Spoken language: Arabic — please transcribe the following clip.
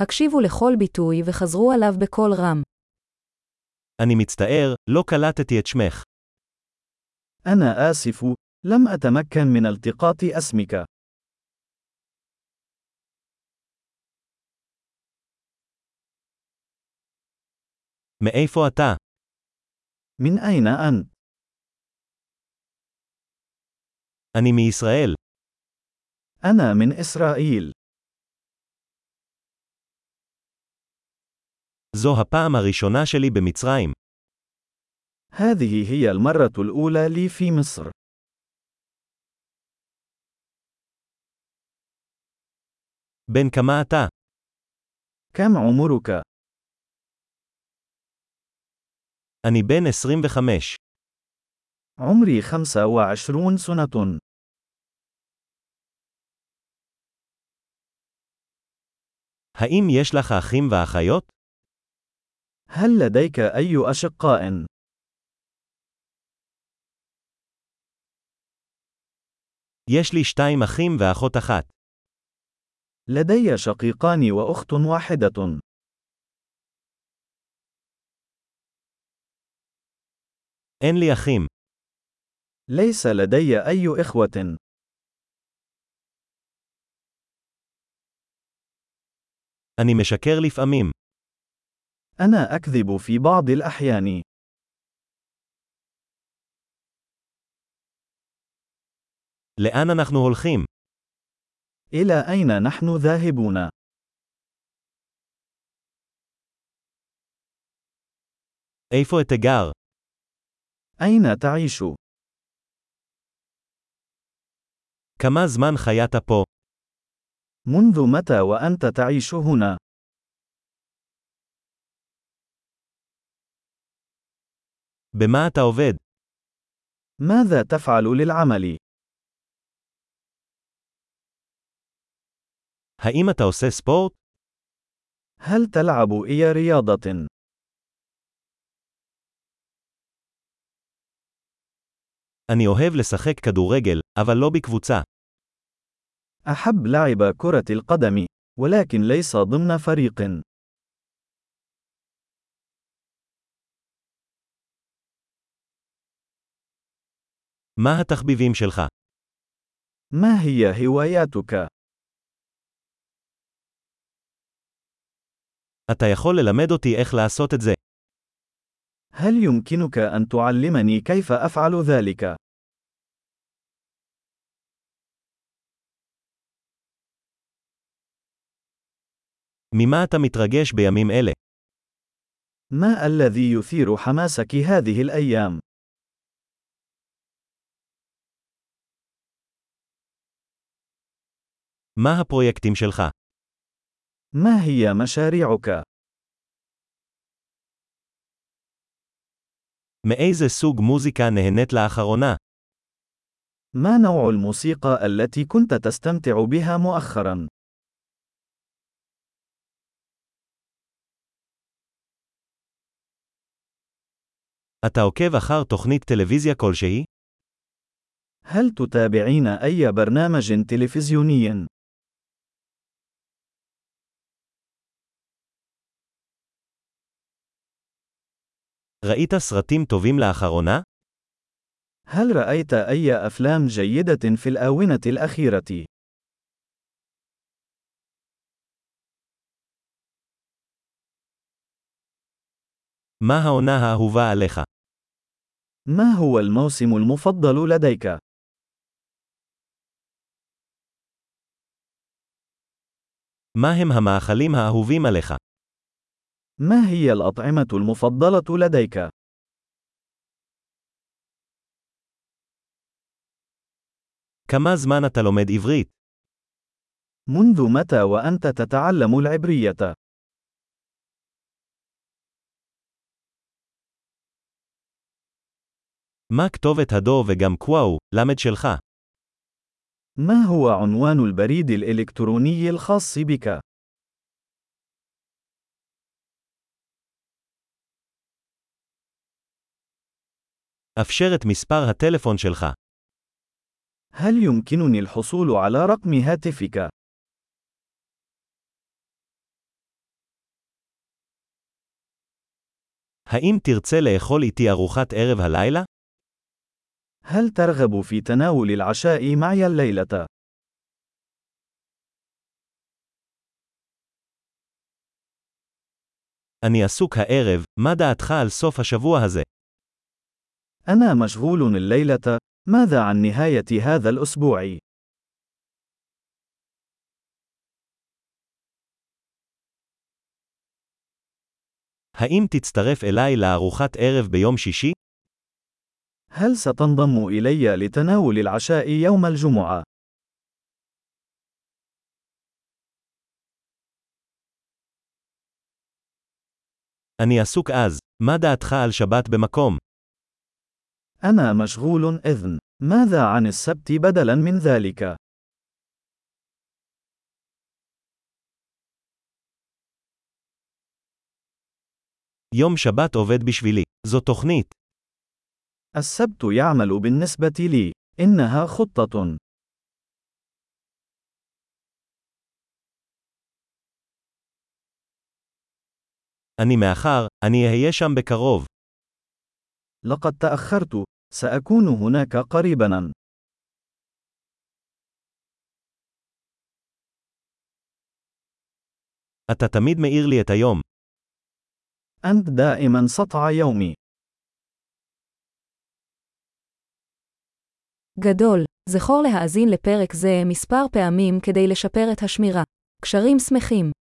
הקשיבו לכל ביטוי וחזרו עליו בקול רם. אני מצטער, לא קלטתי את שמך. أنا آسف، لم أتمكن من التقاط اسمك. מאיפה אתה? من أين أنت؟ אני מישראל. أنا من إسرائيل. זו הפעם הראשונה שלי במצרים. هذه هي المرة الأولى لي في مصر. בן כמה אתה? كم عمرك؟ אני בן 25. عمري 25 سنة. האם יש לך אחים ואחיות? هل لديك أي أشقاء؟ יש לי שתיים אחים ואחות אחת. لدي شقيقان وأخت واحدة. אין לי אחים. ليس لدي أي إخوة. אני משקר לפעמים. أنا أكذب في بعض الأحيان. לאן אנחנו הולכים? إلى أين نحن ذاهبون؟ איפה את הגר? أين تعيش؟ כמה זמן חיית פה? منذ متى وأنت تعيش هنا؟ במה אתה עובד? ماذا تفعل للعمل؟ האם אתה עושה ספורט? هل تلعب أي رياضة؟ אני אוהב לשחק כדורגל, אבל לא בקבוצה. أحب لعب كرة القدم، ولكن ليس ضمن فريق. מה התחביבים שלך? ما هي هواياتك؟ אתה יכול ללמד אותי איך לעשות את זה. هل يمكنك أن تعلمني كيف أفعل ذلك؟ ממה אתה מתרגש בימים אלה? ما الذي يثير حماسك هذه الأيام؟ מה הפרויקטים שלך? ما هي مشاريعك؟ מאיזה סוג מוזיקה נהנית לאחרונה? ما نوع الموسيقى التي كنت تستمتع بها مؤخرا؟ אתה עוקב אחר תוכנית טלוויזיה כלשהי? هل تتابعين أي برنامج تلفزيوني؟ ראית סרטים טובים לאחרונה? هل رأيت أي أفلام جيدة في الآونة الأخيرة؟ מה העונה האהובה עליך? ما هو الموسم المفضل لديك؟ מה הם המאכלים האהובים עליך? ما هي الأطعمة المفضلة لديك؟ כמה זמן אתה לומד עברית? منذ متى وأنت تتعلم العبرية؟ מה כתובת הדו וגם קוואו, למד שלך? ما هو عنوان البريد الإلكتروني الخاص بك؟ אפשר את מספר הטלפון שלך. هل يمكنني الحصول على رقم هاتفك؟ האם תרצה לאכול איתי ארוחת ערב הלילה? هل ترغب في تناول العشاء معي الليلة؟ אני עסוק הערב, מה דעתך על סוף השבוע הזה? أنا مشغول الليلة. ماذا عن نهاية هذا الأسبوع؟ האם תצטרף אליי לארוחת ערב ביום שישי? هل ستنضم إلي لتناول العشاء يوم الجمعة؟ אני עסוק אז, מה דעתך על שבת במקום? أنا مشغول إذن. ماذا عن السبت بدلاً من ذلك؟ יום שבת עובד בשבילי. זו תוכנית. السبت يعمل بالنسبة لي. إنها خطة. אני מאחר, אני אהיה שם בקרוב. لقد تأخرت. سأكون هناك قريباً. אתה תמיד מאיר לי את היום. أنت دائماً سطع يومي. גדול, זכור להאזין לפרק זה מספר פעמים כדי לשפר את השמירה. קשרים שמחים